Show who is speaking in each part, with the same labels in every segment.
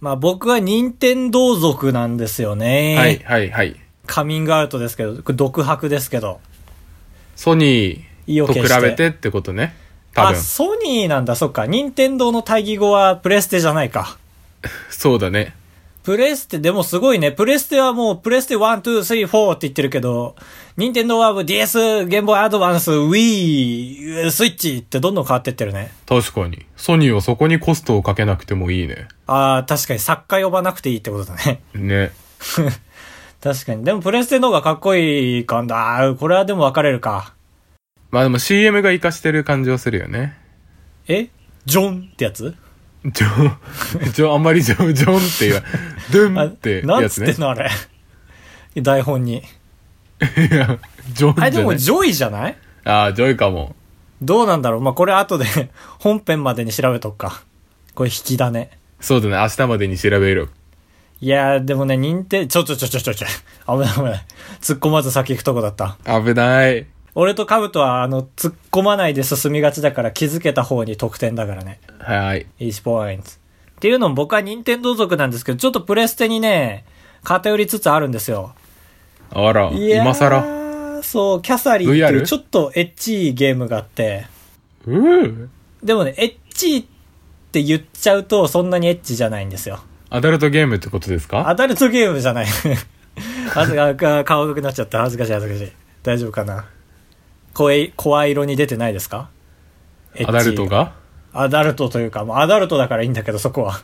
Speaker 1: まあ僕は任天堂族なんですよね。
Speaker 2: はい、はい、はい。
Speaker 1: カミングアウトですけど、これ独白ですけど。
Speaker 2: ソニ
Speaker 1: 意
Speaker 2: ー
Speaker 1: を
Speaker 2: と比
Speaker 1: 決して
Speaker 2: べてってことね。多
Speaker 1: あ、
Speaker 2: 分。
Speaker 1: ソニーなんだ、そっか。任天堂の対義語はプレステじゃないか。
Speaker 2: そうだね。
Speaker 1: プレステ、でもすごいね。プレステはもう、プレステ1、2、3、4って言ってるけど、任天堂は DS、ゲームボーイアドバンス、Wii、スイッチってどんどん変わってってるね。
Speaker 2: 確かに。ソニーはそこにコストをかけなくてもいいね。
Speaker 1: ああ、確かに作家呼ばなくていいってことだね。
Speaker 2: ね。
Speaker 1: 確かに。でもプレステの方がかっこいい感だ。あーこれはでも分かれるか。
Speaker 2: まあでも CM が活かしてる感じはするよね。
Speaker 1: えジョンってやつ
Speaker 2: ジョン、ジョ ン、あんまりジョン、ジョンって言わ、ド ゥ
Speaker 1: あ
Speaker 2: ンって
Speaker 1: なん
Speaker 2: や
Speaker 1: つ
Speaker 2: つ
Speaker 1: って
Speaker 2: ね
Speaker 1: ん。のあれ。台本に。
Speaker 2: いや、 ジョンじ
Speaker 1: あ
Speaker 2: ゃ
Speaker 1: れで
Speaker 2: な
Speaker 1: も
Speaker 2: い。
Speaker 1: ジョイじゃない
Speaker 2: ああ、ジョイかも。
Speaker 1: どうなんだろうまあ、これ後で 本編までに調べとくか。これ引きだね。
Speaker 2: そうだね、明日までに調べろ。
Speaker 1: いやー、でもね、認定、ちょちょちょちょちょちょ、危ない危ない。突っ込まず先行くとこだった。
Speaker 2: 危ない。
Speaker 1: 俺とカブトは、あの、突っ込まないで進みがちだから気づけた方に得点だからね。
Speaker 2: はい。
Speaker 1: 1ポイント。っていうのも僕は任天堂族なんですけど、ちょっとプレステにね、偏りつつあるんですよ。
Speaker 2: あら、
Speaker 1: いやー
Speaker 2: 今更。。
Speaker 1: そう、キャサリンっていう
Speaker 2: VR
Speaker 1: ちょっとエッチいゲームがあって、
Speaker 2: うぅ。
Speaker 1: でもね、エッチいって言っちゃうとそんなにエッチじゃないんですよ。
Speaker 2: アダルトゲームってことですか
Speaker 1: アダルトゲームじゃない。 恥ずかか顔赤くなっちゃった。恥ずかしい恥ずかしい。大丈夫かな声、声色に出てないですかエッチ
Speaker 2: アダルトが
Speaker 1: アダルトというか、もうアダルトだからいいんだけど、そこは。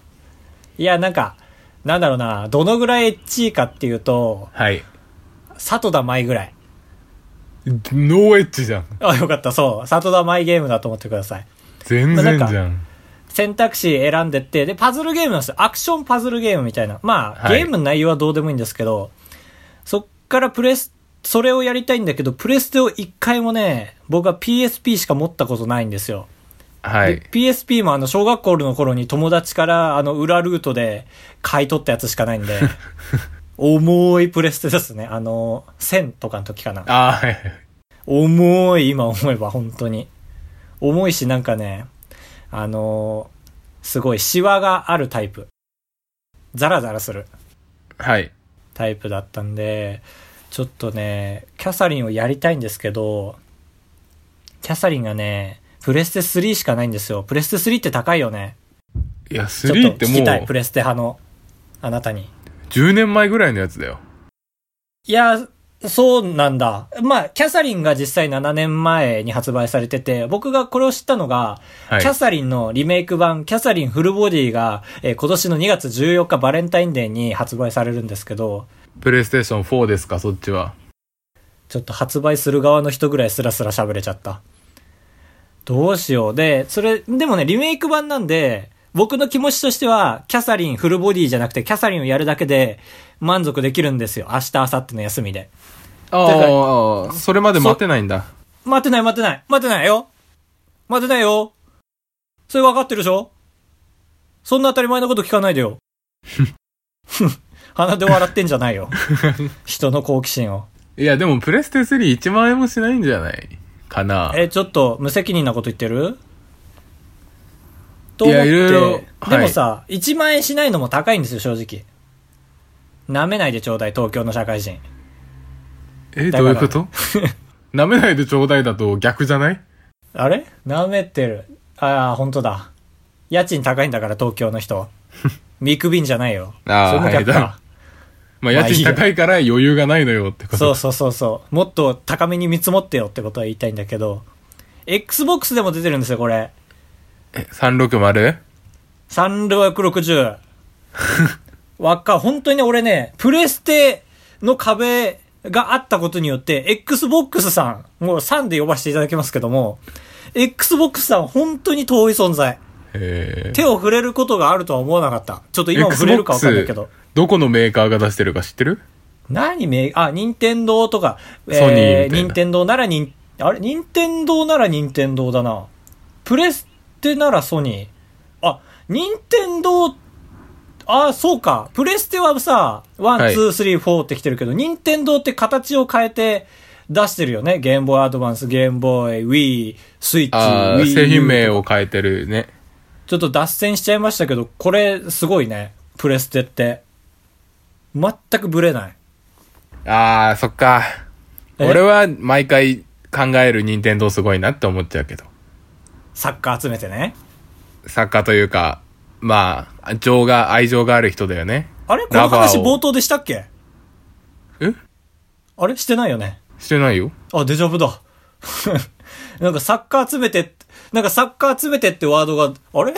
Speaker 1: いや、なんか、なんだろうな、どのぐらいエッチいかっていうと、
Speaker 2: はい。
Speaker 1: 里田舞ぐらい。
Speaker 2: ノーエッジじゃん。
Speaker 1: あ、よかった、そう。里田舞ゲームだと思ってください。
Speaker 2: 全
Speaker 1: まあなん
Speaker 2: 然
Speaker 1: か
Speaker 2: じゃん。
Speaker 1: 選択肢選んでって、で、パズルゲームなんですよ。アクションパズルゲームみたいな。まあ、
Speaker 2: はい
Speaker 1: ゲームの内容はどうでもいいんですけど、そっからプレス、それをやりたいんだけど、プレステを一回もね、僕は PSP しか持ったことないんですよ。
Speaker 2: は
Speaker 1: で
Speaker 2: い。
Speaker 1: PSP もあの、小学校の頃に友達から、あの、裏ルートで買い取ったやつしかないん で、重いプレステですね。あの、1000とかの時かな。
Speaker 2: ああ、はいはい。
Speaker 1: 重い、今思えば、本当に。重いし、なんかね、あのーすごい、シワがあるタイプ。ザラザラする
Speaker 2: はい。
Speaker 1: タイプだったんで、ちょっとね、キャサリンをやりたいんですけど、キャサリンがね、プレステ3しかないんですよ。プレステ3って高いよね。
Speaker 2: いや、
Speaker 1: ちょ
Speaker 2: 3
Speaker 1: っ
Speaker 2: って
Speaker 1: と聞
Speaker 2: も
Speaker 1: きたい、プ
Speaker 2: う、
Speaker 1: レステ派の、あなたに。
Speaker 2: 10年前ぐらいのやつだよ。
Speaker 1: いや、そうなんだ。まあ、キャサリンが実際7年前に発売されてて、僕がこれを知ったのが、
Speaker 2: はい
Speaker 1: キャ。サリンのリメイク版、キャサリンフルボディが、えー今年の2月14日バレンタインデーに発売されるんですけど、
Speaker 2: プレイステーション4ですか、そっちは。
Speaker 1: ちょっと発売する側の人ぐらいスラスラ喋れちゃった。どうしよう。で、それ、でもね、リメイク版なんで、僕の気持ちとしては、キャサリンフルボディじゃなくて、キャサリンをやるだけで満足できるんですよ。明日、明後日の休みで。
Speaker 2: ああ、それまで待てないんだ。
Speaker 1: 待てない待てない待てないよ待てないよそれ分かってるでしょそんな当たり前のこと聞かないでよ。 鼻で笑ってんじゃないよ。人の好奇心を。
Speaker 2: いや、でもプレステ31万円もしないんじゃないかな。
Speaker 1: え、ちょっと無責任なこと言ってると思っ
Speaker 2: いや
Speaker 1: て。
Speaker 2: いろいろはい
Speaker 1: でもさ、1万円しないのも高いんですよ、正直。舐めないでちょうだい、東京の社会人。
Speaker 2: え、
Speaker 1: だか
Speaker 2: ど
Speaker 1: ら
Speaker 2: ういうこと 舐めないでちょうだいだと逆じゃない
Speaker 1: あれ舐めてる。ああ、本当だ。家賃高いんだから、東京の 人。見くびんじゃないよ。
Speaker 2: あー
Speaker 1: それも逆
Speaker 2: は
Speaker 1: か。
Speaker 2: いまあ、
Speaker 1: まあ
Speaker 2: 家賃高いから余裕がないの よってこと。
Speaker 1: そうそうそうそう。もっと高めに見積もってよってことは言いたいんだけど。Xbox でも出てるんですよ、これ。
Speaker 2: え 360?
Speaker 1: 3660。わっか、本当にね、俺ね、プレステの壁があったことによって、Xbox さん、もう3で呼ばせていただきますけども、Xbox さん本当に遠い存在。
Speaker 2: えー
Speaker 1: 手を触れることがあるとは思わなかった。ちょっと今も触れるかわかんないけど。
Speaker 2: どこのメーカーが出してるか知ってる
Speaker 1: 何め、あ、任天堂とか、
Speaker 2: ソニー
Speaker 1: えー、
Speaker 2: みたいな
Speaker 1: 任天堂なら任、あれ任天堂なら任天堂だな。プレステならソニー。あ、任天堂、あ、そうか。プレステはさ、ワン、
Speaker 2: はい
Speaker 1: ツー、スリー、フォーって来てるけど、任天堂って形を変えて出してるよね。ゲームボーイアドバンス、ゲームボーイ、Wii、スイッチ、
Speaker 2: あ
Speaker 1: Wii
Speaker 2: あ、
Speaker 1: U
Speaker 2: 製品名を変えてるね。
Speaker 1: ちょっと脱線しちゃいましたけど、これすごいね。プレステって。全くブレない。
Speaker 2: あー、そっか。
Speaker 1: え
Speaker 2: 俺は毎回考える任天堂すごいなって思っちゃうけど。
Speaker 1: サッカー集めてね。
Speaker 2: 作家というか、まあ、情が、愛情がある人だよね。
Speaker 1: あれこの
Speaker 2: ラバ
Speaker 1: 話
Speaker 2: ーを
Speaker 1: 冒頭でしたっけ
Speaker 2: え
Speaker 1: あれしてないよね。
Speaker 2: してないよ。
Speaker 1: あ、デジャブだ。 なんかサッカー集めて、なんかサッカー集めてってワードが、あれ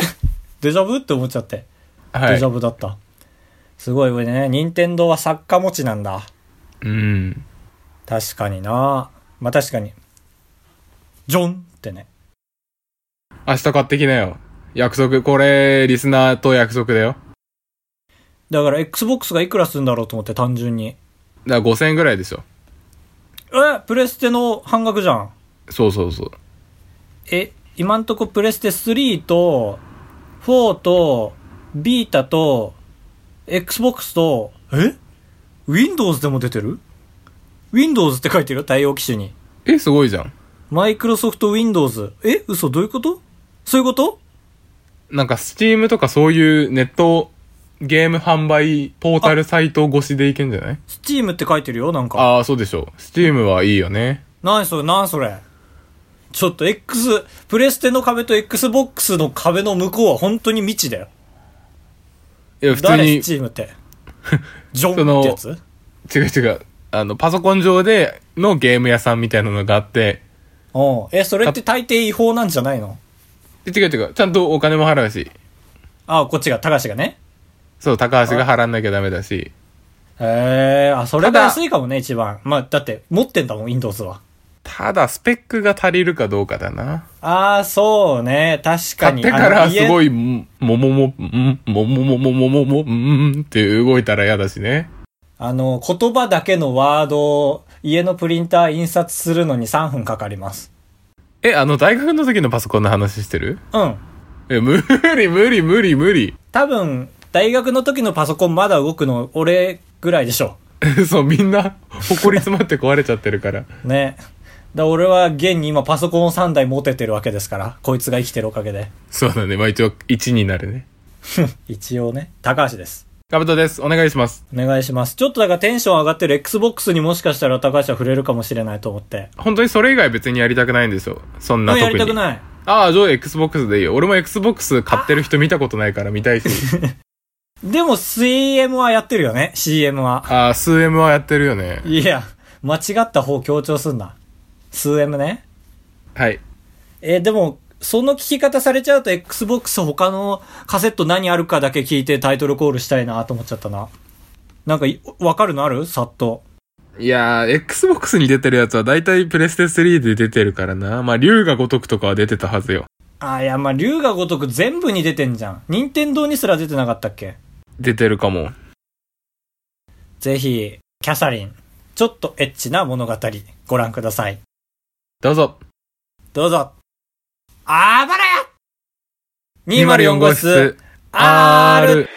Speaker 1: デジャブって思っちゃって。
Speaker 2: は
Speaker 1: デ
Speaker 2: い
Speaker 1: ジャ。ブだった。すごいね。任天堂は作家持ちなんだ。
Speaker 2: うん。
Speaker 1: 確かになまあ確かに。ジョンってね。
Speaker 2: 明日買ってきなよ。約束、これ、リスナーと約束だよ。
Speaker 1: だから Xbox がいくらするんだろうと思って単純に。
Speaker 2: だから5000円ぐらいでしょ。
Speaker 1: えプレステの半額じゃん。
Speaker 2: そうそうそう。
Speaker 1: え、今んとこプレステ3と、4と、ビータと、Xbox と、え ?Windows でも出てる ?Windows って書いてるよ、対応機種に。
Speaker 2: え、すごいじゃん。
Speaker 1: マイクロソフト Windows。え嘘どういうことそういうこと
Speaker 2: なんか、スチームとかそういうネットゲーム販売ポータルサイト越しでいけんじゃない
Speaker 1: ?Steam って書いてるよ、なんか。
Speaker 2: ああー、そうでしょう。スチームはいいよね。
Speaker 1: 何それ、何それ。ちょっと X、プレステの壁と Xbox の壁の向こうは本当に未知だよ。
Speaker 2: いや、普通
Speaker 1: 誰
Speaker 2: に、
Speaker 1: Steam って。ジョ
Speaker 2: そ
Speaker 1: ン
Speaker 2: の
Speaker 1: ってやつ
Speaker 2: 違う違う。あの、パソコン上でのゲーム屋さんみたいなのがあって、
Speaker 1: うん。え、それって大抵違法なんじゃないの
Speaker 2: で違う違う。ちゃんとお金も払うし、
Speaker 1: あ、こっちが、高橋がね。
Speaker 2: そう、高橋が払んなきゃダメだし、
Speaker 1: へえ、あ、それ
Speaker 2: た
Speaker 1: が
Speaker 2: だ
Speaker 1: 安いかもね、一番。まあ、だって、持ってんだもん、Windows は。
Speaker 2: ただ、スペックが足りるかどうかだな。
Speaker 1: ああ、そうね、確か
Speaker 2: 買っ
Speaker 1: に。
Speaker 2: てからすご
Speaker 1: い。
Speaker 2: い、もももも、んももももももも、んって動いたら嫌だしね。
Speaker 1: あの、言葉だけのワードを、家のプリンター印刷するのに3分かかります。
Speaker 2: え、あの、大学の時のパソコンの話してる
Speaker 1: うん。
Speaker 2: え、無理無理無理無理。
Speaker 1: 多分、大学の時のパソコンまだ動くの、俺ぐらいでしょ。
Speaker 2: そう、みんな、誇り詰まって壊れちゃってるから。
Speaker 1: ね。だ俺は、現に今パソコンを3台持ててるわけですから、こいつが生きてるおかげで。
Speaker 2: そうだね。まあ一応、1になるね。
Speaker 1: 一応ね、高橋です。
Speaker 2: かぶとです。お願いします。
Speaker 1: お願いします。ちょっとだからテンション上がってる Xbox にもしかしたら高橋は触れるかもしれないと思って。
Speaker 2: 本当にそれ以外別にやりたくないんですよ。そんな
Speaker 1: もう
Speaker 2: 特に。
Speaker 1: やりたくない。
Speaker 2: ああ、じゃあ Xbox でいいよ。俺も Xbox 買ってる人見たことないから見たいし。
Speaker 1: でも CM はやってるよね、CM は。
Speaker 2: ああ、数 M はやってるよね。
Speaker 1: いや、間違った方強調すんな。数 M ね。
Speaker 2: はい。
Speaker 1: えーでも、その聞き方されちゃうと Xbox 他のカセット何あるかだけ聞いてタイトルコールしたいなと思っちゃったな。なんかい、わかるのあるさっと。
Speaker 2: いやー、Xbox に出てるやつは大体プレステ3で出てるからな。まあ、竜が如くとかは出てたはずよ。
Speaker 1: あーいや、まあ、竜が如く全部に出てんじゃん。任天堂にすら出てなかったっけ
Speaker 2: 出てるかも。
Speaker 1: ぜひ、キャサリン、ちょっとエッチな物語、ご覧ください。
Speaker 2: どうぞ。
Speaker 1: どうぞ。あばらや !204 号室、R!
Speaker 2: R。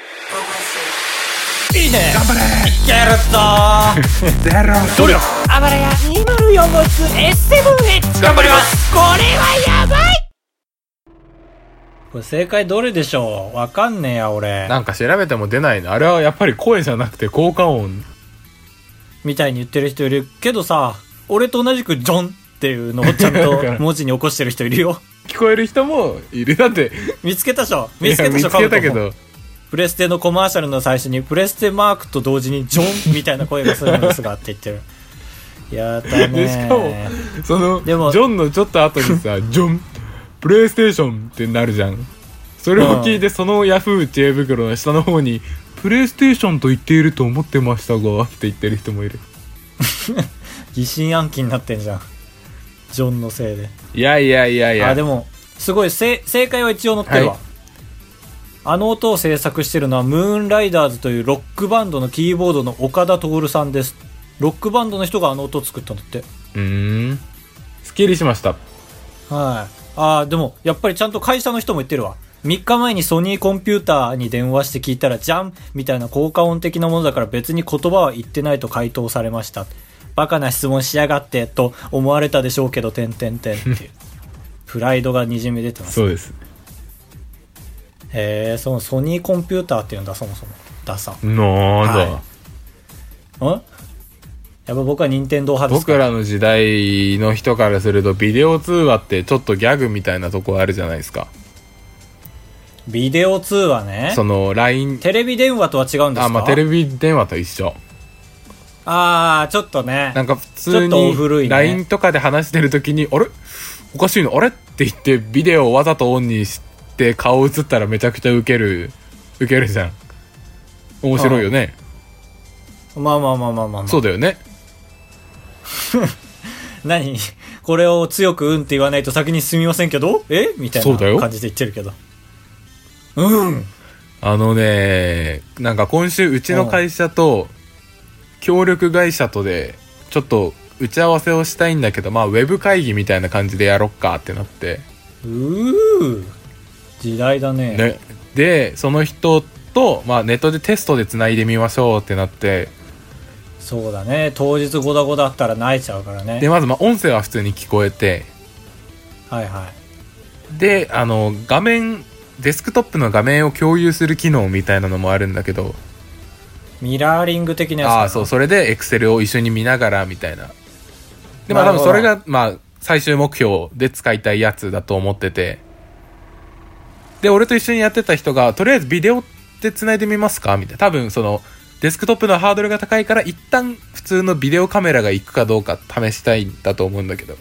Speaker 1: いいね頑張れいけるぞ
Speaker 2: ゼロ。
Speaker 1: 努力あばらや !204 号室 S7H!
Speaker 2: 頑張ります
Speaker 1: これはやばいこれ正解どれでしょうわかんねえや、俺。
Speaker 2: なんか調べても出ないな。あれはやっぱり声じゃなくて効果音。
Speaker 1: みたいに言ってる人いるけどさ、俺と同じくジョンっていうのをちゃん と文字に起こしてる人いるよ。
Speaker 2: 聞こえる人もいる。だって、
Speaker 1: 見つけたでしょ見つけたで
Speaker 2: い
Speaker 1: し
Speaker 2: や
Speaker 1: ょ
Speaker 2: 見つけた
Speaker 1: カブ
Speaker 2: け
Speaker 1: トも
Speaker 2: ど。
Speaker 1: プレステのコマーシャルの最初にプレステマークと同時にジョンみたいな声がするんですがって言って る。やったね
Speaker 2: でしかもその、ジ
Speaker 1: でも
Speaker 2: ョンのちょっと後に さ、ジョン、プレイステーションってなるじゃん。それを聞いて、そのヤフー知恵袋の下の方に、プレイステーションと言っていると思ってましたが、って言ってる人もいる。
Speaker 1: 疑心暗鬼になってんじゃん。ジョンのせいで。
Speaker 2: いやいやいやいや。
Speaker 1: あ、でも、すごい、せ正解は一応載ってるわ。
Speaker 2: はい
Speaker 1: あの音を制作してるのは、ムーンライダーズというロックバンドのキーボードの岡田徹さんです。ロックバンドの人があの音を作ったんだって。
Speaker 2: うーん。すっきりしました。
Speaker 1: はい。ああ、でも、やっぱりちゃんと会社の人も言ってるわ。3日前にソニーコンピューターに電話して聞いたら、じゃんみたいな効果音的なものだから別に言葉は言ってないと回答されました。バカな質問しやがって、と思われたでしょうけど、てんてんてんっていう。プライドがにじみ出てます。
Speaker 2: そうです。
Speaker 1: へえ、そのソニーコンピューターっていうんだ、そもそも。ダサ。
Speaker 2: なんだ、
Speaker 1: はいんやっぱ僕は任天堂派ですか
Speaker 2: 僕らの時代の人からするとビデオ通話ってちょっとギャグみたいなとこあるじゃないですか
Speaker 1: ビデオ通話ね
Speaker 2: そ。の LINE
Speaker 1: テレビ電話とは違うんですか
Speaker 2: あまあテレビ電話と一緒
Speaker 1: あーちょっとね。
Speaker 2: なんか普通
Speaker 1: ちょっと古い
Speaker 2: に
Speaker 1: ね
Speaker 2: LINE とかで話してる時に「あれおかしいのあれ?」って言ってビデオをわざとオンにして顔映ったらめちゃくちゃウケるウケるじゃん面白いよね
Speaker 1: まあまあまあまあまあ、まあ
Speaker 2: そうだよね
Speaker 1: 何 これを強くうんって言わないと先に進みませんけどえみたい
Speaker 2: そうだよ
Speaker 1: な感じで言ってるけど。うん。
Speaker 2: あのねなんか今週うちの会社と協力会社とでちょっと打ち合わせをしたいんだけどまあウェブ会議みたいな感じでやろっかってなって
Speaker 1: うー。時代だね。
Speaker 2: ね、でその人と、まあ、ネットでテストでつないでみましょうってなって
Speaker 1: そうだね。当日ゴダゴダあったら泣いちゃうから
Speaker 2: で
Speaker 1: ね。
Speaker 2: まずまあ音声は普通に聞こえて
Speaker 1: はいはい。
Speaker 2: であの画面デスクトップの画面を共有する機能みたいなのもあるんだけど
Speaker 1: ミラーリング的なやつかな
Speaker 2: ああそうそれでエクセルを一緒に見ながらみたいなでまあ
Speaker 1: な
Speaker 2: 多
Speaker 1: る
Speaker 2: 分
Speaker 1: ほ
Speaker 2: そ
Speaker 1: ど
Speaker 2: れがまあ最終目標で使いたいやつだと思っててで俺と一緒にやってた人がとりあえずビデオってつないでみますかみたいな多分そのデスクトップのハードルが高いから一旦普通のビデオカメラが行くかどうか試したいんだと思うんだけど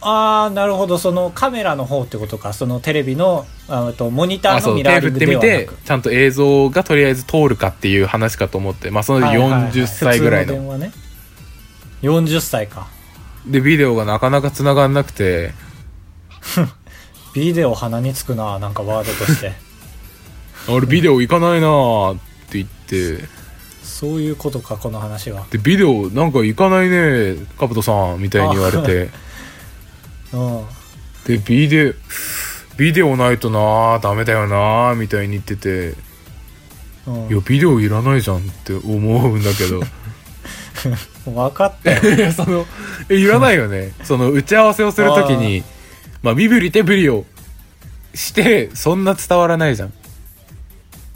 Speaker 1: ああなるほどそのカメラの方ってことかそのテレビのあえっとモニタ
Speaker 2: あ
Speaker 1: ー
Speaker 2: そ
Speaker 1: の
Speaker 2: う
Speaker 1: ミ
Speaker 2: 手
Speaker 1: ラーリ
Speaker 2: 振っ
Speaker 1: ング
Speaker 2: て
Speaker 1: では
Speaker 2: み
Speaker 1: な
Speaker 2: て
Speaker 1: く
Speaker 2: ちゃんと映像がとりあえず通るかっていう話かと思ってまあその
Speaker 1: はいはいはい
Speaker 2: 40歳ぐらいの
Speaker 1: 普通の電話ね40歳か
Speaker 2: でビデオがなかなか繋がんなくて
Speaker 1: ビデオ鼻につくななんかワードとして
Speaker 2: 俺ビデオ行かないなーって言って
Speaker 1: そういうことかこの話は
Speaker 2: でビデオなんか行かないねーカブトさんみたいに言われて
Speaker 1: うん
Speaker 2: でビデオビデオないとなーダメだよなーみたいに言ってて
Speaker 1: うん
Speaker 2: いやビデオいらないじゃんって思うんだけど
Speaker 1: 分かった よ
Speaker 2: いやそのえいらない よねその打ち合わせをするときにまあ身振り手振りをしてそんな伝わらないじゃん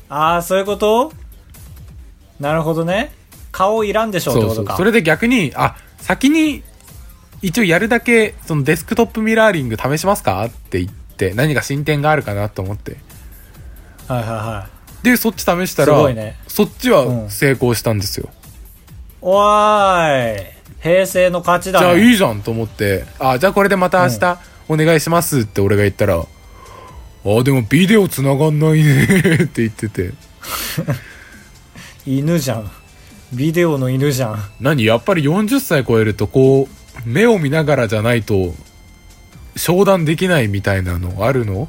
Speaker 1: ああそういうことなるほどね顔いらんでしょうって
Speaker 2: そう
Speaker 1: こ
Speaker 2: そ
Speaker 1: と
Speaker 2: う
Speaker 1: か
Speaker 2: それで逆にあ先に一応やるだけそのデスクトップミラーリング試しますかって言って何か進展があるかなと思って
Speaker 1: はいはいはい
Speaker 2: でそっち試した
Speaker 1: すご
Speaker 2: ら、
Speaker 1: いね
Speaker 2: そっち
Speaker 1: う
Speaker 2: は
Speaker 1: ん
Speaker 2: 成功したんですよ、
Speaker 1: おーい平成の勝ちだ、
Speaker 2: じ
Speaker 1: ね、
Speaker 2: ゃあいいじゃんと思ってあじゃあこれでまた明日お願いしますって俺が言ったら、あでもビデオつながんないねって言ってて
Speaker 1: 犬じゃんビデオの犬じゃん
Speaker 2: 何やっぱり40歳超えるとこう目を見ながらじゃないと商談できないみたいなのあるの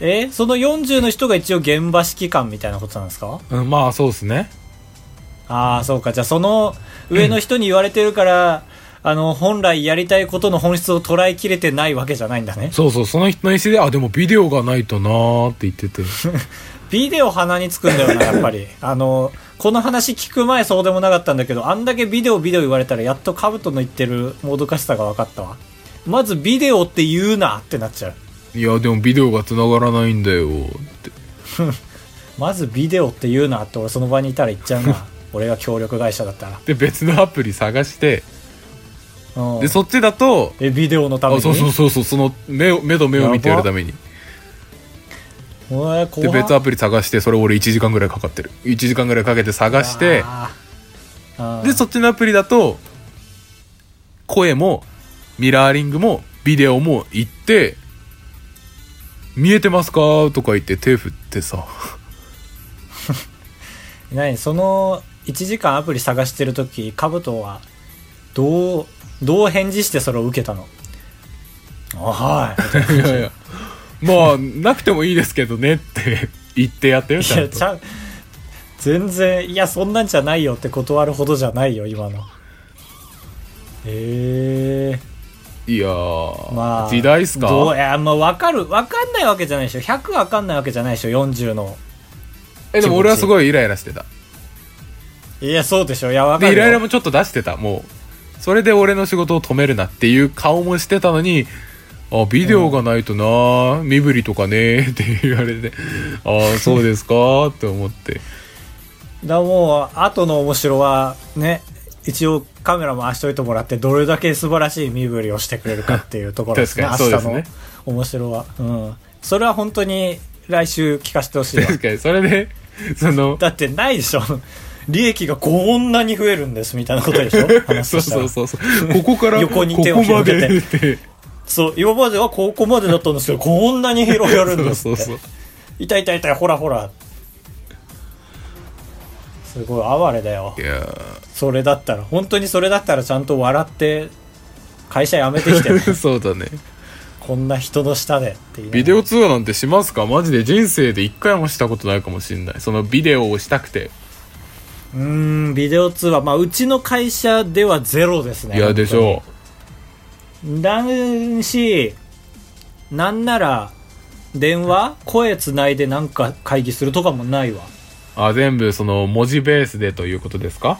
Speaker 1: えその40の人が一応現場指揮官みたいなことなんですか
Speaker 2: うんまあそうですね
Speaker 1: ああそうかじゃあその上の人に言われてるから、あの本来やりたいことの本質を捉えきれてないわけじゃないんだね
Speaker 2: そうそう、その人の意思で、あ、でもビデオがないとなーって 言ってて。
Speaker 1: ビデオ鼻につくんだよなやっ ぱりあのこの話聞く前そうでもなかったんだけどあんだけビデオビデオ言われたらやっとカブトの言ってるもどかしさが分かったわまずビデオって言うなってなっちゃう
Speaker 2: いや、でもビデオが繋がらないんだよって。
Speaker 1: まずビデオって言うなって俺その場にいたら言っちゃう な俺が協力会社だったら
Speaker 2: で、別のアプリ探して、
Speaker 1: うん
Speaker 2: で、そっちだと、
Speaker 1: えビデオのため
Speaker 2: あ
Speaker 1: に
Speaker 2: そうそうそうそう、その目を、目と目を見てやるために。
Speaker 1: おい怖
Speaker 2: で、
Speaker 1: っ
Speaker 2: 別アプリ探して、それ俺1時間ぐらいかかってる。1時間ぐらいかけて探して、
Speaker 1: あー、
Speaker 2: で、そっちのアプリだと、声も、ミラーリングも、ビデオも行って、見えてますかとか言って手振ってさ。
Speaker 1: うん何その1時間アプリ探してる時カブトはどうどう返事してそれを受けたのあはいみたい
Speaker 2: いやいや まあなくてもいいですけどねって言ってやってる
Speaker 1: な
Speaker 2: ち
Speaker 1: い
Speaker 2: ゃん
Speaker 1: や
Speaker 2: と
Speaker 1: ちゃん全然いやそんなんじゃないよって断るほどじゃないよ今のええー、
Speaker 2: いやー、
Speaker 1: まあ
Speaker 2: 時代っすか
Speaker 1: どういやまあ分かる分かんないわけじゃないでしょ100分かんないわけじゃないでしょ40の
Speaker 2: えでも俺はすごいイライラしてた
Speaker 1: いやそうでしょいや分か
Speaker 2: でイ
Speaker 1: るよ
Speaker 2: ライラもちょっと出してたもうそれで俺の仕事を止めるなっていう顔もしてたのにあビデオがないとな身振りとかね って言われてああそうですかって思って
Speaker 1: だもう後の面白はね一応カメラ回しといてもらってどれだけ素晴らしい身振りをしてくれるかっていうところですね
Speaker 2: 確か
Speaker 1: 明
Speaker 2: に
Speaker 1: 日
Speaker 2: そう
Speaker 1: の
Speaker 2: ですね
Speaker 1: 面白は、うん、それは本当に来週聞かせてほしいわ
Speaker 2: 確かにそれでその
Speaker 1: だってないでしょ利益がこんなに増えるんですみたいなこと でしょ話
Speaker 2: そう
Speaker 1: としたら
Speaker 2: そうそうそうここからこ
Speaker 1: 横
Speaker 2: こ
Speaker 1: に手を
Speaker 2: ま
Speaker 1: 広げ
Speaker 2: で
Speaker 1: て
Speaker 2: って
Speaker 1: そう今まではここまでだったんですけどこんなに広がるん
Speaker 2: そ
Speaker 1: で
Speaker 2: う
Speaker 1: す
Speaker 2: そ
Speaker 1: っ
Speaker 2: う
Speaker 1: て
Speaker 2: そう
Speaker 1: 痛い痛い痛いほらほらすごい哀れだよ
Speaker 2: いやー
Speaker 1: それだったら本当にそれだったらちゃんと笑って会社辞めてきてね
Speaker 2: そうだね
Speaker 1: こんな人の下でっていう
Speaker 2: ビデオ通話なんてしますかマジで人生で一回もしたことないかもしれないそのビデオをしたくて
Speaker 1: うーんビデオ通話まあうちの会社ではゼロですね
Speaker 2: いやでしょ
Speaker 1: うだしなんなら電話声つないでなんか会議するとかもないわ
Speaker 2: うあ全部その文字ベースでということですか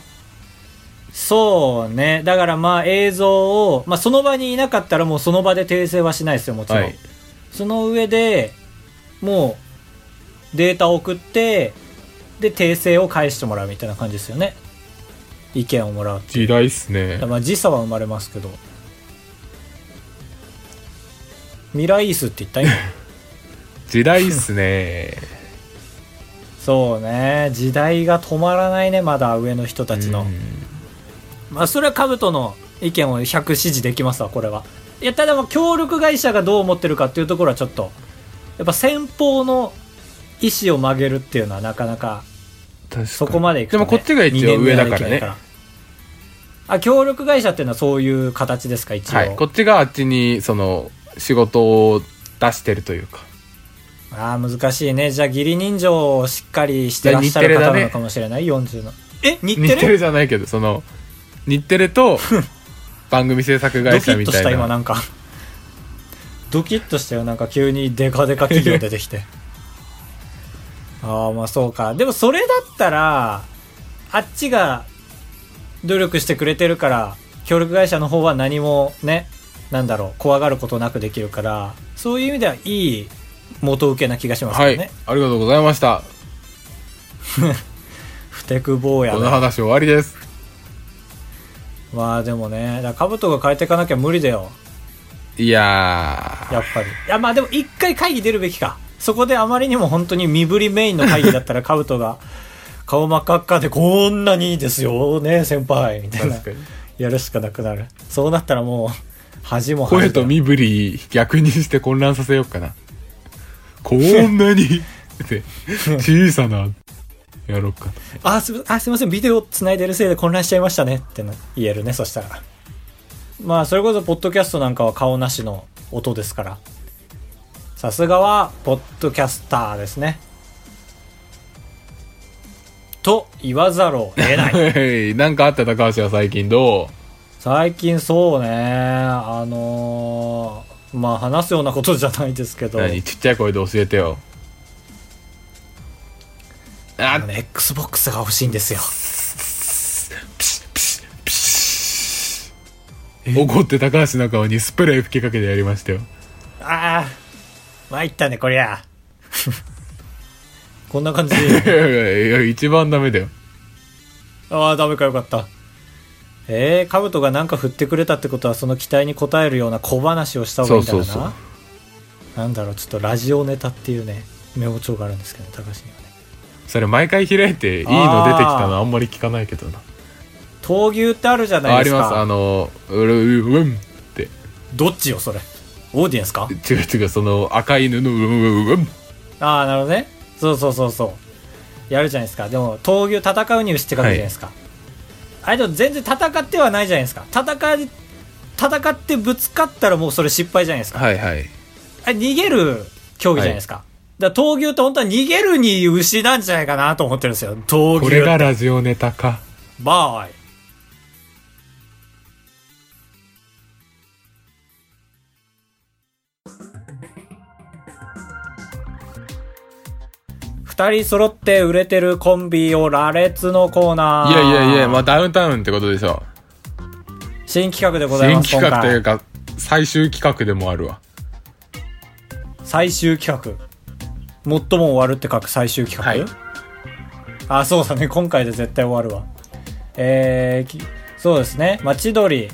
Speaker 1: そうねだからまあ映像を、まあ、その場にいなかったらもうその場で訂正はしないですよもちろん、
Speaker 2: はい
Speaker 1: その上でもうデータを送ってで訂正を返してもらうみたいな感じですよね意見をもらう
Speaker 2: 時代っすね
Speaker 1: まあ時差は生まれますけどミライースって言った 今
Speaker 2: 時代っすね
Speaker 1: そうね時代が止まらないねまだ上の人たちの、
Speaker 2: うん
Speaker 1: まあそれは兜の意見を100支持できますわこれはいやただまあ協力会社がどう思ってるかっていうところはちょっとやっぱ先方の意思を曲げるっていうのはなかなか
Speaker 2: 確かに
Speaker 1: そこまでいくと、
Speaker 2: で
Speaker 1: ね、
Speaker 2: もこっちが一応
Speaker 1: 二年目
Speaker 2: 上
Speaker 1: は
Speaker 2: だから
Speaker 1: できない
Speaker 2: ね
Speaker 1: あ協力会社っていうのはそういう形ですか一応、
Speaker 2: はいこっちがあっちにその仕事を出してるというか
Speaker 1: ああ難しいねじゃあ義理人情をしっかりしてらっしゃ
Speaker 2: い
Speaker 1: る
Speaker 2: や日テレ
Speaker 1: 方
Speaker 2: だね
Speaker 1: なのかもしれない、40のえ日
Speaker 2: 日
Speaker 1: テレ
Speaker 2: テレじゃないけどその日テ レと番組制作
Speaker 1: ド
Speaker 2: 会
Speaker 1: キ
Speaker 2: 社
Speaker 1: ッ
Speaker 2: み
Speaker 1: と
Speaker 2: た
Speaker 1: し
Speaker 2: い
Speaker 1: た
Speaker 2: な
Speaker 1: 今なんかドキッとしたよなんか急にデカデカ企業出てき てああまあそうかでもそれだったらあっちが努力してくれてるから協力会社の方は何もねなんだろう怖がることなくできるからそういう意味ではいい元請けな気がします
Speaker 2: は
Speaker 1: よ
Speaker 2: い
Speaker 1: ね、
Speaker 2: ありがとうございました
Speaker 1: ふてく坊や
Speaker 2: こ
Speaker 1: で
Speaker 2: の話終わりです
Speaker 1: まあでもねだから兜が変えていかなきゃ無理だよ
Speaker 2: いや
Speaker 1: やっぱり。いや、まあでも一回会議出るべきか。そこであまりにも本当に身振りメインの会議だったら、カブトが、 顔真っ赤っかでこんなにいいですよね、先輩。みたい
Speaker 2: ー
Speaker 1: な
Speaker 2: 確。かに
Speaker 1: やるしかなくなる。そうなったらもう、恥も恥
Speaker 2: 声
Speaker 1: だ
Speaker 2: と身振り逆にして混乱させよう かなこんなにって小さなやろうかな
Speaker 1: あすみ、あ、すいません、ビデオ繋いでるせいで混乱しちゃいましたねってな言えるね、そしたら。まあ、それこそ、ポッドキャストなんかは顔なしの音ですから。さすがは、ポッドキャスターですね。と言わざるを得ない。
Speaker 2: はいなんかあった高橋は最近ど
Speaker 1: 最近そうねあのーまあ話すようなことじゃないですけ
Speaker 2: う
Speaker 1: ど、
Speaker 2: 何ちっちゃい声で教えてよ
Speaker 1: あ
Speaker 2: あ
Speaker 1: のね XBOX が欲しいんですよ
Speaker 2: 怒って高橋の顔にスプレー吹きかけてやりましたよ
Speaker 1: ああ参ったねこりゃ こんな感じでいいの
Speaker 2: いやいやいや一番ダメだよ
Speaker 1: ああダメかよかったえー、カブトがなんか振ってくれたってことはその期待に応えるような小話をした方がいいんだろうな
Speaker 2: そうそう
Speaker 1: なんだろうちょっとラジオネタっていうねメモ帳があるんですけど高橋にはね
Speaker 2: それ毎回開いていいの出てきたのあんまり聞かないけどな
Speaker 1: 闘牛ってあるじゃ
Speaker 2: あ
Speaker 1: ない
Speaker 2: あ
Speaker 1: で
Speaker 2: り
Speaker 1: すか
Speaker 2: ますあのうるうるうんって
Speaker 1: どっちよそれオーディエンスか
Speaker 2: 違う違うその赤い犬のうるうんうん
Speaker 1: ああなるほどねそうそうそうそうやるじゃないですかでも闘牛戦うに牛って書くじゃないですか、あれでも全然戦ってはないじゃないですか戦い戦ってぶつかったらもうそれ失敗じゃないですか、
Speaker 2: はいはい
Speaker 1: あれ逃げる競技じゃないですか、だから闘牛って本当は逃げるに牛なんじゃないかなと思ってるんですよ闘
Speaker 2: こ
Speaker 1: 牛
Speaker 2: れ
Speaker 1: って
Speaker 2: がラジオネタか
Speaker 1: バーイ二人揃って売れてるコンビを羅列のコーナー。
Speaker 2: いやいやいやまあダウンタウンってことでしょ
Speaker 1: 新企画でござい
Speaker 2: 新
Speaker 1: ます。
Speaker 2: 企画という
Speaker 1: 今
Speaker 2: か最終企画でもあるわ
Speaker 1: 最終企画。最も終わるって書く最終企画。あ、そうだね。今回で絶対終わるわ。えーきそうですね。まあ、千鳥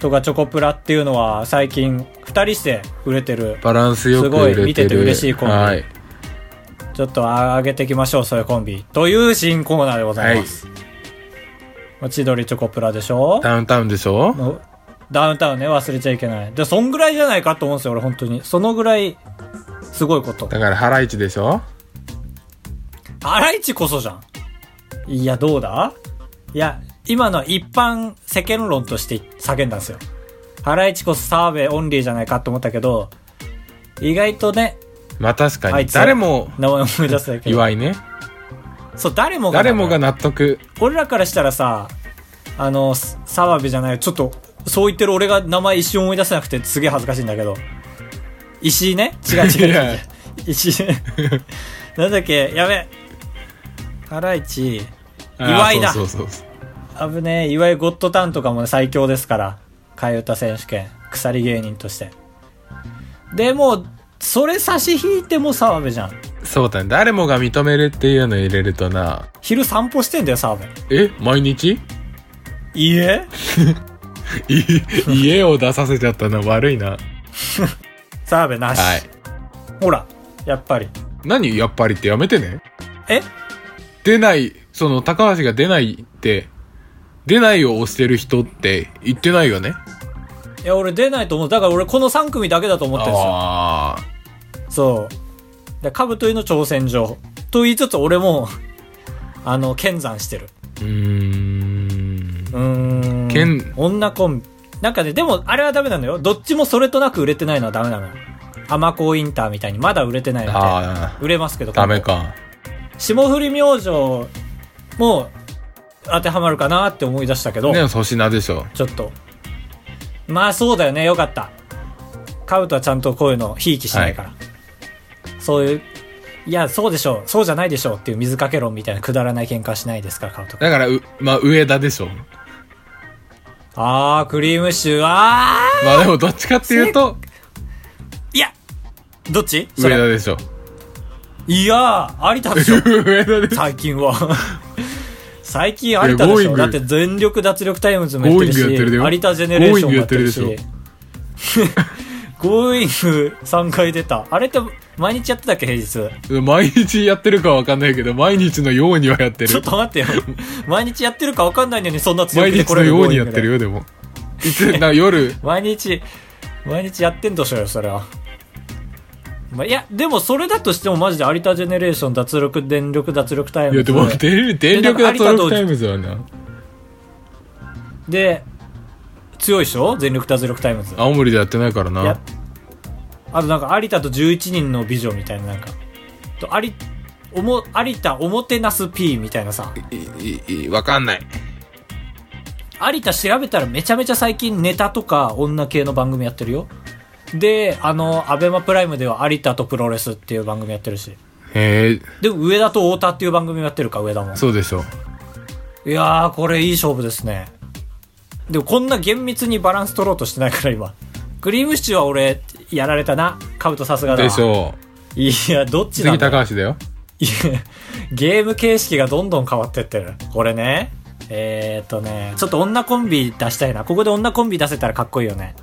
Speaker 1: とかチョコプラっていうのは最近二人して売れてる。
Speaker 2: バランスよく
Speaker 1: すごい
Speaker 2: 売れてる
Speaker 1: 見てて嬉しいコンビ
Speaker 2: はい
Speaker 1: ちょっと上げていきましょう、そういうコンビ。という新コーナーでございます。まあ千鳥チョコプラでしょ
Speaker 2: ダウンタウンでしょ
Speaker 1: のダウンタウンね、忘れちゃいけない。で、そんぐらいじゃないかと思うんですよ、俺、本当に。そのぐらい、すごいこと。
Speaker 2: だからハライチでしょ
Speaker 1: ハライチこそじゃん。いや、どうだいや、今のは一般世間論として叫んだんですよ。ハライチこそ澤部オンリーじゃないかと思ったけど、意外とね、
Speaker 2: まあ確か
Speaker 1: あ
Speaker 2: に
Speaker 1: いつ
Speaker 2: 誰も
Speaker 1: 名前思い出せないけど。
Speaker 2: 祝いね
Speaker 1: そう、誰もが、
Speaker 2: 誰もが納得
Speaker 1: 俺らからしたらさ、あの、す澤部じゃない、ちょっと、そう言ってる俺が名前一瞬思い出せなくてすげえ恥ずかしいんだけど。石井ね違う違う違
Speaker 2: いや
Speaker 1: う。石井ね。なんだっけやべ。ハライチ。 岩井だ
Speaker 2: あーそうそうそう
Speaker 1: 危ねえ。岩井ゴッドタンとかもね、最強ですから。替え歌選手権。鎖芸人として。でも、それ差し引いても澤部じゃん。
Speaker 2: そうだね誰もが認めるっていうのを入れるとな
Speaker 1: 昼散歩してんだよ、澤部。
Speaker 2: え 毎日
Speaker 1: いいえ
Speaker 2: い家を出させちゃったの悪いな
Speaker 1: 澤部なし。
Speaker 2: はい
Speaker 1: ほら、やっぱり。
Speaker 2: 何やっぱりってやめてね
Speaker 1: え
Speaker 2: 出ないその高橋が出ないって出ないを押してる人って言ってないよね
Speaker 1: いや、俺出ないと思う。だから俺この3組だけだと思ってるんですよ。
Speaker 2: ああ
Speaker 1: そう。で、カブトへの挑戦状。と言いつつ俺も、あの、剣山してる。
Speaker 2: うーん
Speaker 1: うーん。
Speaker 2: 剣
Speaker 1: 女コンビ。なんかね、でもあれはダメなのよ。どっちもそれとなく売れてないのはダメなのよ。アマコインターみたいにまだ売れてないので。
Speaker 2: ああ
Speaker 1: 売れますけど。
Speaker 2: ダメ。か
Speaker 1: 霜降り明星も当てはまるかなって思い出したけど。
Speaker 2: ね粗品でしょ
Speaker 1: ちょっと。まあそうだよね、よかった。カブトはちゃんとこういうの、ひいきしないから。そういう、いや、そうでしょう、そうじゃないでしょうっていう水かけ論みたいなくだらない喧嘩はしないですから、カブト君。
Speaker 2: だからうまあ上田でしょ
Speaker 1: あー、クリームシチュー、あ
Speaker 2: まあでもどっちかっていうと
Speaker 1: ーいやどっちそ
Speaker 2: 上田
Speaker 1: れ。
Speaker 2: でしょ、
Speaker 1: いやー、有田でしょ
Speaker 2: 上田でしょ
Speaker 1: 最近は。 最近有田でしょ
Speaker 2: Going
Speaker 1: だって全力脱力タイムズもやってるし、
Speaker 2: Going やってるよ
Speaker 1: 有田ジェネレーションもやってるし
Speaker 2: Going やってるで。
Speaker 1: ゴーイング3回出た。あれって毎日やってたっけ平日。
Speaker 2: 毎日やってるかわかんないけど毎日のようにはやって
Speaker 1: ちょ
Speaker 2: る
Speaker 1: っと待って よ。毎日やってるか分かんないのにそんな強
Speaker 2: 毎
Speaker 1: 気で
Speaker 2: 日
Speaker 1: こ
Speaker 2: の
Speaker 1: れる
Speaker 2: ようにやってる
Speaker 1: ボーイングで
Speaker 2: よでもいつ な夜
Speaker 1: 毎日、毎日やってんとしょよ、それは。まあ、いや、でもそれだとしてもマジで有田ジェネレーション脱力、電力脱力タイ
Speaker 2: い
Speaker 1: ム
Speaker 2: や
Speaker 1: ズ
Speaker 2: でも電電力だと
Speaker 1: なんか有田
Speaker 2: 6
Speaker 1: と
Speaker 2: タイムズはな
Speaker 1: で、強いでしょ全力脱力タイムズ。
Speaker 2: 青森でやってないから
Speaker 1: や
Speaker 2: な
Speaker 1: あとなんか有田と11人の美女みたいな、なんか。と、有おも、有田おもてなす P みたいなさ。
Speaker 2: いいいいわかんない
Speaker 1: 有田調べたらめちゃめちゃ最近ネタとか女系の番組やってるよであのアベマプライムでは有田とプロレスっていう番組やってるし
Speaker 2: へえ
Speaker 1: でも上田と太田っていう番組もやってるか上田も
Speaker 2: そうでしょ
Speaker 1: いやーこれいい勝負ですねでもこんな厳密にバランス取ろうとしてないから今クリームシチューは俺やられたなカブトさすがだわ
Speaker 2: でしょう
Speaker 1: いやどっちな
Speaker 2: 次
Speaker 1: んだ
Speaker 2: 高橋だよ
Speaker 1: いやゲーム形式がどんどん変わってってる。これね。えー、っとね、ちょっと女コンビ出したいな。ここで女コンビ出せたらかっこいいよね。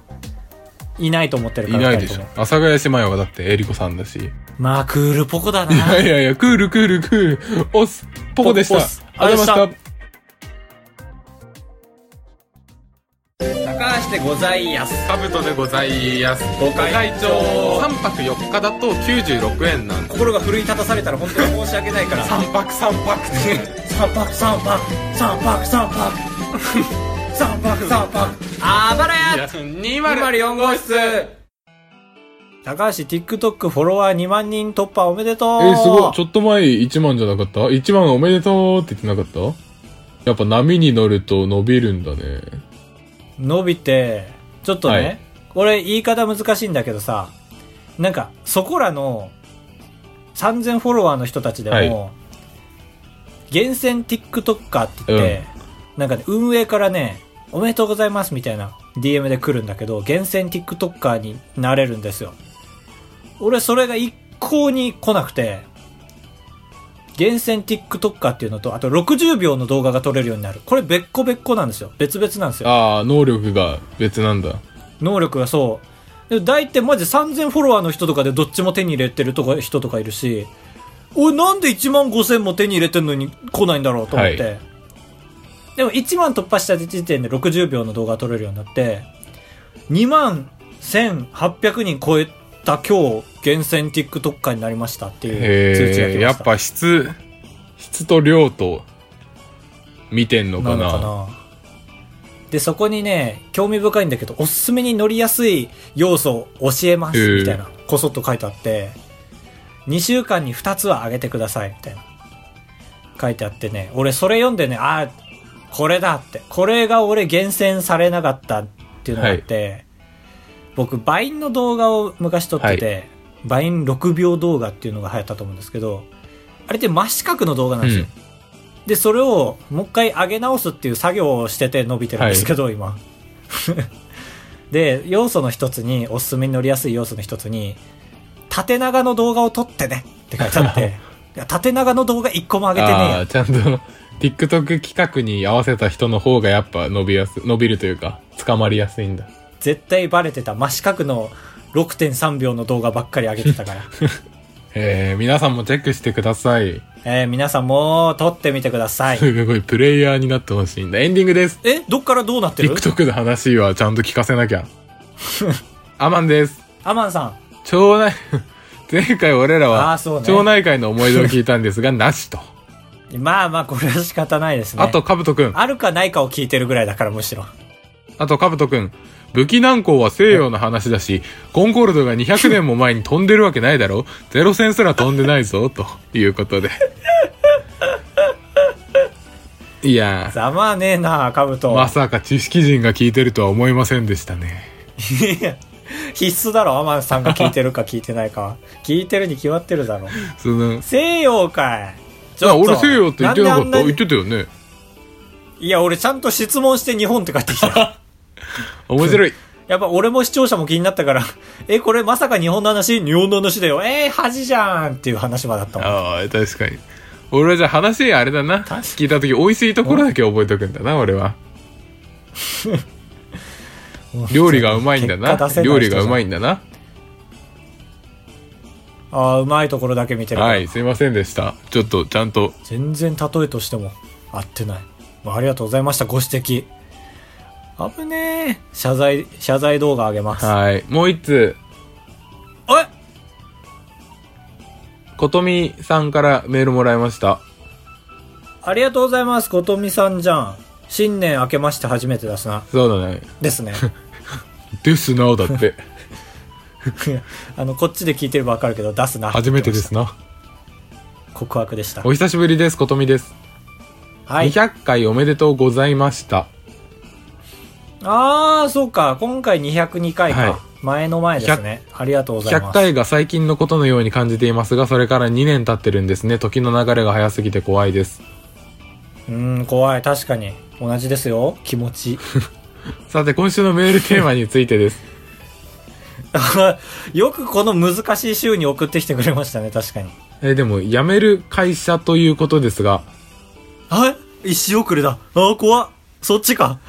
Speaker 1: いないと思ってる
Speaker 2: い
Speaker 1: から。
Speaker 2: ないでし
Speaker 1: 二人と
Speaker 2: ょ
Speaker 1: も
Speaker 2: 阿佐ヶ谷姉妹はだってえりこさんだし
Speaker 1: まあ、クールポコだな。
Speaker 2: いやいやいやクールクールクールオスポコでした
Speaker 1: ポコポス
Speaker 2: ありがとうございました
Speaker 1: 高橋でございやす。
Speaker 2: カブトでございますご
Speaker 1: 会長
Speaker 2: 3泊4日だと96円なんで
Speaker 1: 心が奮い立たされたら本当に申し訳ないから。
Speaker 2: 3泊3泊
Speaker 1: 三泊三泊、三泊三泊。 三泊三泊。あばらや
Speaker 2: 204号室え
Speaker 1: 高橋 TikTok フォロワー2万人突破おめでとう
Speaker 2: すごいちょっと前1万じゃなかった ?1 万おめでとうって言ってなかったやっぱ波に乗ると伸びるんだね
Speaker 1: 伸びて、ちょっとね、
Speaker 2: はい
Speaker 1: これ言い方難しいんだけどさ、なんか、そこらの3000フォロワーの人たちでも、
Speaker 2: はい
Speaker 1: 厳選 TikToker って言って、なんかね、運営からね、おめでとうございますみたいな DM で来るんだけど、厳選 TikToker になれるんですよ。俺それが一向に来なくて、厳選 TikToker っていうのと、あと60秒の動画が撮れるようになる。これ別個別個なんですよ。別々なんですよ。
Speaker 2: ああ、能力が別なんだ。
Speaker 1: 能力がそう。で大体マジ3000フォロワーの人とかでどっちも手に入れてるとか人とかいるし、おい、なんで1万5000も手に入れてんのに来ないんだろうと思って。
Speaker 2: は
Speaker 1: でも1万突破した時点で60秒の動画撮れるようになって、2万1800人超えた今日、厳選 TikToker になりましたっていう通知が
Speaker 2: へ
Speaker 1: 来
Speaker 2: え、
Speaker 1: ま
Speaker 2: や
Speaker 1: し。
Speaker 2: ったぱ質、質と量と、見てんのかな。
Speaker 1: なのかなでそこにね興味深いんだけどおすすめに乗りやすい要素を教えます
Speaker 2: へえ
Speaker 1: みたいなこそっと書いてあって2週間に2つは上げてくださいみたいな書いてあってね俺それ読んでねああこれだってこれが俺厳選されなかったっていうのがあって、僕バインの動画を昔撮ってて、バイン6秒動画っていうのが流行ったと思うんですけどあれって真四角の動画なん
Speaker 2: う
Speaker 1: ですよ
Speaker 2: ん、。
Speaker 1: で、それをもう一回上げ直すっていう作業をしてて伸びてるんですけど、今。 で、要素の一つに、おすすめに乗りやすい要素の一つに、縦長の動画を撮ってねって書いてあって、いや縦長の動画一個も上げてねえ
Speaker 2: あ
Speaker 1: や
Speaker 2: あ、ちゃんと、TikTok 企画に合わせた人の方がやっぱ伸びやす、伸びるというか、捕まりやすいんだ。
Speaker 1: 絶対バレてた真四角の6.3秒の動画ばっかり上げてたから。
Speaker 2: へえ、皆さんもチェックしてください。
Speaker 1: えー皆さんも撮ってみてください。
Speaker 2: すごい、プレイヤーになってほしいんだ。エンディングです。
Speaker 1: え、どっからどうなってる
Speaker 2: TikTok の話はちゃんと聞かせな きゃ。アマンです。
Speaker 1: アマンさん。
Speaker 2: 町内、前回俺ら
Speaker 1: あ
Speaker 2: は、
Speaker 1: ーそうね
Speaker 2: 町内会の思い出を聞いたんですが、なしと。
Speaker 1: まあまあ、これは仕方ないですね。
Speaker 2: あと、、かぶとくん。
Speaker 1: あるかないかを聞いてるぐらいだから、むしろ。
Speaker 2: あと、かぶとくん。武器難航は西洋の話だし、コンコルドが200年も前に飛んでるわけないだろゼロ戦すら飛んでないぞ、ということで。 いや
Speaker 1: ざまあねえな、カブ
Speaker 2: ー、
Speaker 1: ト。
Speaker 2: まさか知識人が聞いてるとは思いませんでしたね。
Speaker 1: いや必須だろ、アマンさんが聞いてるか聞いてないか は。聞いてるに決まってるだろ。
Speaker 2: その、
Speaker 1: 西洋かい。ち
Speaker 2: あ
Speaker 1: ょっと
Speaker 2: 俺西洋って言ってなかっ
Speaker 1: んであ
Speaker 2: た
Speaker 1: ん
Speaker 2: 言っ
Speaker 1: に
Speaker 2: てたよね。
Speaker 1: いや、俺ちゃんと質問して日本って帰ってき た。
Speaker 2: 面白い。
Speaker 1: やっぱ俺も視聴者も気になったから、え、これまさか日本の話日本の話だよ。えー、恥じゃんっていう話場だったもん。
Speaker 2: ああ、確かに。俺はじゃあ話あれだな。
Speaker 1: 確かに
Speaker 2: 聞いた時、美味しいところだけ覚えとくんだな、俺は。料理がうまい んだな。料理がうま
Speaker 1: い。
Speaker 2: いんだな。
Speaker 1: ああ、うまいところだけ見てるから。
Speaker 2: はい、すいませんでした。ちょっと、ちゃんと。
Speaker 1: 全然例えとしても合ってない、まあ、ありがとうございましたご指摘危ねえ謝罪謝罪動画あげます
Speaker 2: はい。もう一つ、
Speaker 1: おい
Speaker 2: ことみさんからメールもらいました。
Speaker 1: ありがとうございますことみさんじゃん新年明けまして初めてだすな
Speaker 2: そうだね。
Speaker 1: です ね
Speaker 2: ですな、だ って。
Speaker 1: あのこっちで聞いてればわかるけど出すな
Speaker 2: 初めてですな。
Speaker 1: 告白でした
Speaker 2: お久しぶりです、ことみです。
Speaker 1: はい
Speaker 2: 200回おめでとうございました。
Speaker 1: ああそうか今回202回か、
Speaker 2: はい
Speaker 1: 前の前ですねありがとうございま
Speaker 2: 100
Speaker 1: す
Speaker 2: 回が最近のことのように感じていますが、それから2年経ってるんですね。時の流れが早すぎて怖いです。
Speaker 1: うーん怖い確かに同じですよ気持ち
Speaker 2: さて、今週のメールテーマについてです。
Speaker 1: よくこの難しい週に送ってきてくれましたね、確かに。
Speaker 2: えーでも、辞める会社ということですが、
Speaker 1: はい一周遅れだ。ああ、怖っ。そっちか。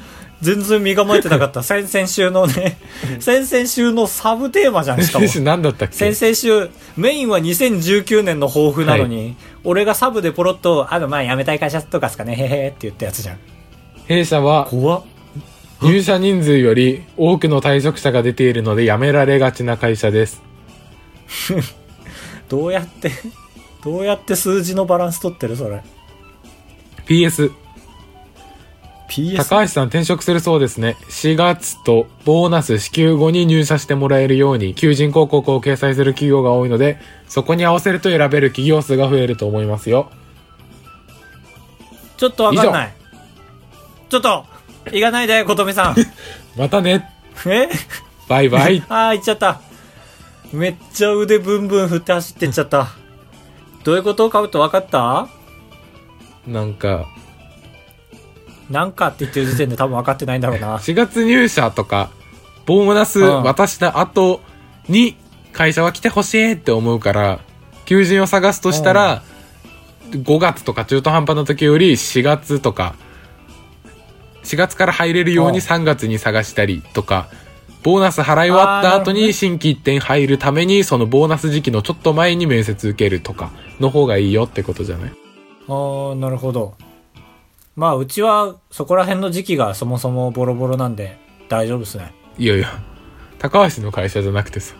Speaker 1: 全然身構えてな かった。先々週のね、先々週のサブテーマじゃん、しかも。
Speaker 2: 選手 何だったっ け
Speaker 1: 先々週、メインは2019年の抱負なのに、俺がサブでポロッと、あの、まあ、辞めたい会社とかっすかね、へへへって言ったやつじゃん。
Speaker 2: 弊社 は
Speaker 1: 怖っ。
Speaker 2: 入社人数より多くの退職者が出ているので辞められがちな会社です。
Speaker 1: どうやって、どうやって数字のバランス取ってる、それ。
Speaker 2: PS、
Speaker 1: PS。
Speaker 2: 高橋さん転職するそうですね。4月とボーナス支給後に入社してもらえるように求人広告を掲載する企業が多いので、そこに合わせると選べる企業数が増えると思いますよ。
Speaker 1: ちょっとわかんない。ちょっと、行かないで、琴美さん。
Speaker 2: またね
Speaker 1: え
Speaker 2: バ イバイ
Speaker 1: ああ、行っちゃった。めっちゃ腕ブンブン振って走ってっちゃった。どういうことかぶと分かった
Speaker 2: なんか、
Speaker 1: なんかって言ってる時点で多分分かってないんだろうな。
Speaker 2: 4月入社とか、ボーナス渡した後に会社は来てほしいって思うから求人を探すとしたら5月とか中途半端な時より4月とか4月から入れるよう
Speaker 1: うん
Speaker 2: に3月に探したりとかボーナス払い終わった
Speaker 1: あーなるほ
Speaker 2: 後
Speaker 1: どね
Speaker 2: に新規一点入るためにそのボーナス時期のちょっと前に面接受けるとかの方がいいよってことじゃない
Speaker 1: ああ、なるほど。まあ、うちはそこら辺の時期がそもそもボロボロなんで大丈夫ですね。
Speaker 2: いやいや高橋の会社じゃなくてさ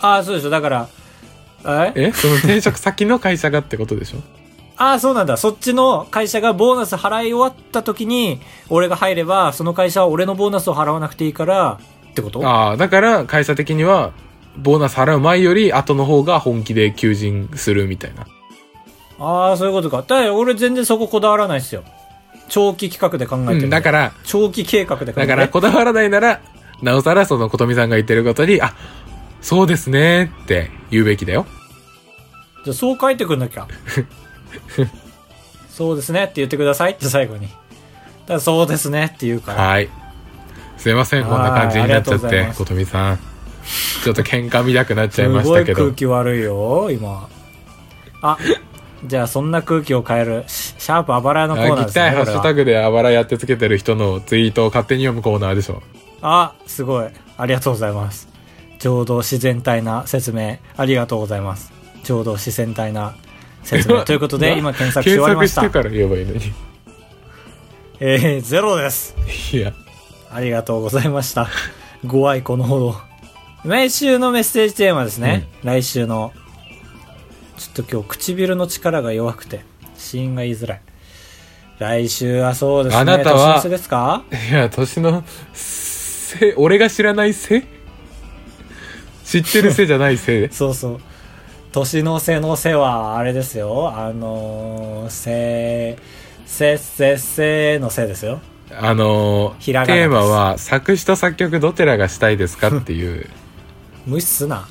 Speaker 1: ああ、そうですよ。だから、え
Speaker 2: えその転職先の会社がってことでしょ
Speaker 1: ああ、そうなんだ。そっちの会社がボーナス払い終わった時に、俺が入れば、その会社は俺のボーナスを払わなくていいから、ってこと
Speaker 2: ああ、だから会社的には、ボーナス払う前より後の方が本気で求人するみたいな。
Speaker 1: ああ、そういうことか。だから俺全然そここだわらないですよ。長期企画で考えてるんで、
Speaker 2: うんだから、
Speaker 1: 長期計画で考え
Speaker 2: だ
Speaker 1: て
Speaker 2: からこだわらないなら、なおさらそのことみさんが言ってることに、あ、そうですねって言うべきだよ。
Speaker 1: じゃあそう書いてくんなきゃ。 そうですねって言ってくださいって最後に。だからそうですねって言うから。
Speaker 2: はい。すいません、こんな感じになっち
Speaker 1: はい
Speaker 2: ゃっ
Speaker 1: ありがとうござい
Speaker 2: て
Speaker 1: ま、す
Speaker 2: ことみさん。ちょっと喧嘩見たくなっちゃい
Speaker 1: す
Speaker 2: まし
Speaker 1: ご
Speaker 2: た
Speaker 1: い
Speaker 2: け
Speaker 1: 空
Speaker 2: ど。
Speaker 1: 気悪いよ、今。あ、じゃあそんな空気を変える、シシャープあばら屋のコーナー
Speaker 2: 聞
Speaker 1: で
Speaker 2: き
Speaker 1: す
Speaker 2: たい、
Speaker 1: ね。
Speaker 2: ハ
Speaker 1: こ
Speaker 2: ッ
Speaker 1: れ
Speaker 2: シ
Speaker 1: は
Speaker 2: ュタグであばらやってつけてる人のツイートを勝手に読むコーナーでしょ。
Speaker 1: あ、すごい。ありがとうございます。ちょうど自然体な説明、ありがとうございます。ちょうど自然体な説 明。ということで、今検索し終わりまし
Speaker 2: 検
Speaker 1: た。
Speaker 2: 索してから言えばいいのに。
Speaker 1: えー、ゼロです。
Speaker 2: いや。
Speaker 1: ありがとうございました。ご愛顧のほど。来週のメッセージテーマですね。来週の。ちょっと今日唇の力が弱くて、死因が言いづらい。来週はそうですね。
Speaker 2: あなたは
Speaker 1: 年の瀬ですか
Speaker 2: いや、年のせ、俺が知らないせ知ってるせじゃないせ
Speaker 1: そうそう。年の瀬の瀬は、あれですよ。あのー、せせせせのせですよ。
Speaker 2: あのー
Speaker 1: ひらがなです
Speaker 2: テーマは作詞と作曲どちらがしたいですかっていう
Speaker 1: 無視すな。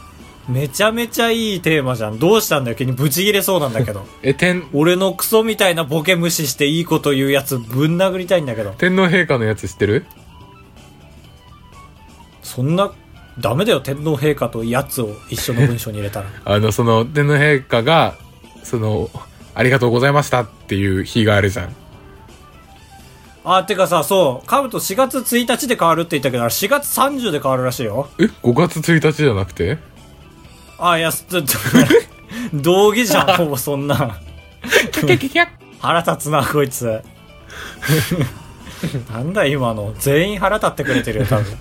Speaker 1: めちゃめちゃいいテーマじゃん。どうしたんだよ。急にブチ切れそうなんだけど。
Speaker 2: え天
Speaker 1: 俺のクソみたいなボケ無視していいこと言うやつぶん殴りたいんだけど。
Speaker 2: 天皇陛下のやつ知ってる
Speaker 1: そんな、ダメだよ、天皇陛下とやつを一緒の文章に入れたら。
Speaker 2: あのその天皇陛下がそのありがとうございましたっていう日があるじゃん
Speaker 1: あ、てかさ、そう、カブト4月1日で変わるって言ったけど、あれ4月30で変わるらしいよ。
Speaker 2: え5月1日じゃなくて
Speaker 1: あ、いや、すちょっと、道義じゃん、ほぼそんな。
Speaker 2: キャキャキャキャ
Speaker 1: 腹立つな、こいつ。 なんだ今の。全員腹立ってくれてるよ、多分。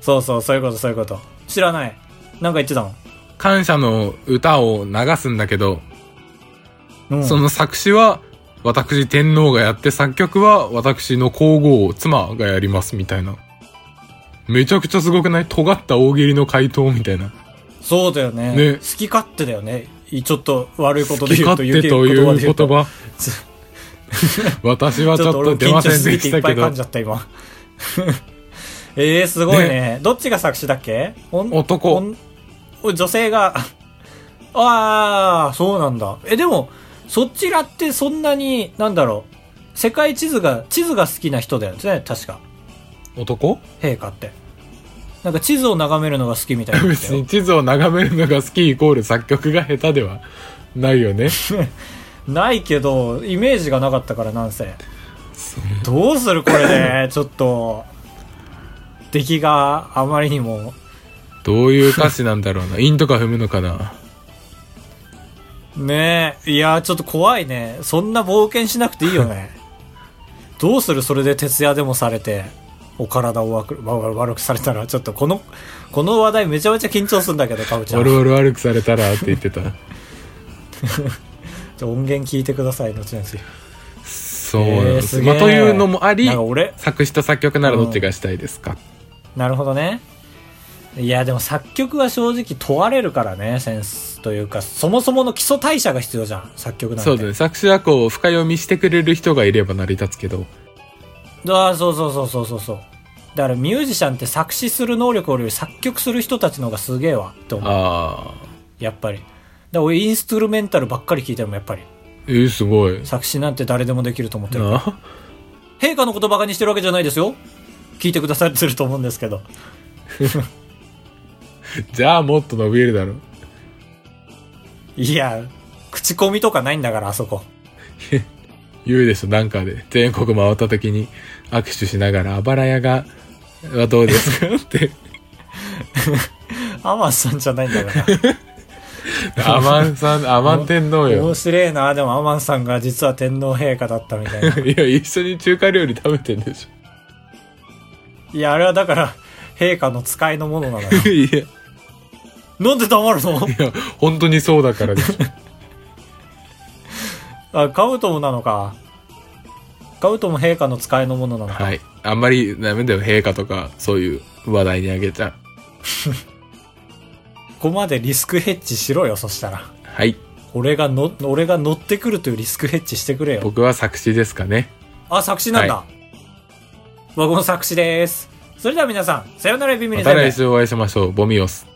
Speaker 1: そうそう、そういうこと、そういうこと。知らない。なんか言ってたの。
Speaker 2: 感謝の歌を流すんだけど
Speaker 1: うん、
Speaker 2: その作詞は私天皇がやって作曲は私の皇后妻がやりますみたいなめちゃくちゃすごくない尖った大喜利の回答みたいな
Speaker 1: そうだよね
Speaker 2: ね
Speaker 1: 好き勝手だよね。いちょっと悪いことで
Speaker 2: き
Speaker 1: 言うと
Speaker 2: 勝
Speaker 1: 言う
Speaker 2: 手とい
Speaker 1: 言葉
Speaker 2: う
Speaker 1: で言
Speaker 2: 言
Speaker 1: うと。
Speaker 2: 葉
Speaker 1: ちょ
Speaker 2: 私は
Speaker 1: ちょ
Speaker 2: ちょ
Speaker 1: っ
Speaker 2: っ
Speaker 1: と俺も
Speaker 2: と出
Speaker 1: 緊張
Speaker 2: ませ
Speaker 1: し
Speaker 2: ん
Speaker 1: すぎて
Speaker 2: でし
Speaker 1: いったぱ
Speaker 2: け
Speaker 1: い
Speaker 2: ど
Speaker 1: 噛んじゃった、今。 えー、すごいねどっちが作詞だっけおん
Speaker 2: 男
Speaker 1: おんお女性が。 ああ、そうなんだ。え、でも、そちらってそんなに、なんだろう。世界地図が、地図が好きな人だよね、確か。
Speaker 2: 男
Speaker 1: 陛下って。なんか地図を眺めるのが好きみたいなんだよ
Speaker 2: 別に地図を眺めるのが好きイコール作曲が下手ではないよね
Speaker 1: ないけどイメージがなかったからなんせどうするこれでちょっと出来があまりにも
Speaker 2: どういう歌詞なんだろうな韻とか踏むのかな
Speaker 1: ねえいやちょっと怖いねそんな冒険しなくていいよ ねどうするそれで徹夜でもされてお体を悪くわわ悪くされたらちょっとこのこの話題めちゃめちゃ緊張するんだけどかぶちゃん
Speaker 2: 悪々悪くされたらって言ってた
Speaker 1: ちょ音源聞いてください後々
Speaker 2: そうなんです,、
Speaker 1: えーすげ
Speaker 2: ま
Speaker 1: え
Speaker 2: あというのもあり
Speaker 1: なんか俺
Speaker 2: 作詞と作曲ならどっちがしたいですか、
Speaker 1: なるほどね。いや、でも作曲は正直問われるからね、センスというか、そもそもの基礎代謝が必要じゃん、作曲なんて。
Speaker 2: そうだね作詞はこう深読みしてくれる人がいれば成り立つけど
Speaker 1: ああ、そうそうそうそうそうそう。だからミュージシャンって作詞する能力より作曲する人たちの方がすげえわ、って思う。
Speaker 2: ああ
Speaker 1: やっぱり。だから俺インストゥルメンタルばっかり聴いてるもんやっぱり。
Speaker 2: えー、すごい
Speaker 1: 作詞なんて誰でもできると思ってる。
Speaker 2: な
Speaker 1: 陛下のことバカにしてるわけじゃないですよ。聞いてくださってると思うんですけど。
Speaker 2: じゃあもっと伸びるだろ。
Speaker 1: いや、口コミとかないんだから、あそこ。
Speaker 2: 言うでしょ、なんかで。全国回った時に握手しながら、あばら屋が、はどうですか って。
Speaker 1: アマンさんじゃないんだから。
Speaker 2: アマンさん、アマン天皇よ
Speaker 1: 面。白いな。でもアマンさんが実は天皇陛下だったみたいな。
Speaker 2: いや、一緒に中華料理食べてんでし
Speaker 1: いや、あれはだから、陛下の使いのものなのよ。
Speaker 2: ょ。 いや、い
Speaker 1: なんで黙るの
Speaker 2: や、本当にそうだからでし ょ。
Speaker 1: あ、カウトムなのか。カウトム陛下の使いのものなのか。
Speaker 2: はい。あんまりダメだよ、陛下とか、そういう話題にあげちゃう。
Speaker 1: ここまでリスクヘッジしろよ、そしたら。
Speaker 2: はい。
Speaker 1: 俺がの、俺が乗ってくるというリスクヘッジしてくれよ。
Speaker 2: 僕は作詞ですかね。
Speaker 1: あ、作詞なんだ。
Speaker 2: は
Speaker 1: 僕も作詞です。それでは皆さん、さよならビビリゼ
Speaker 2: また
Speaker 1: ミ
Speaker 2: 来週お会いしましょう。ボミオス。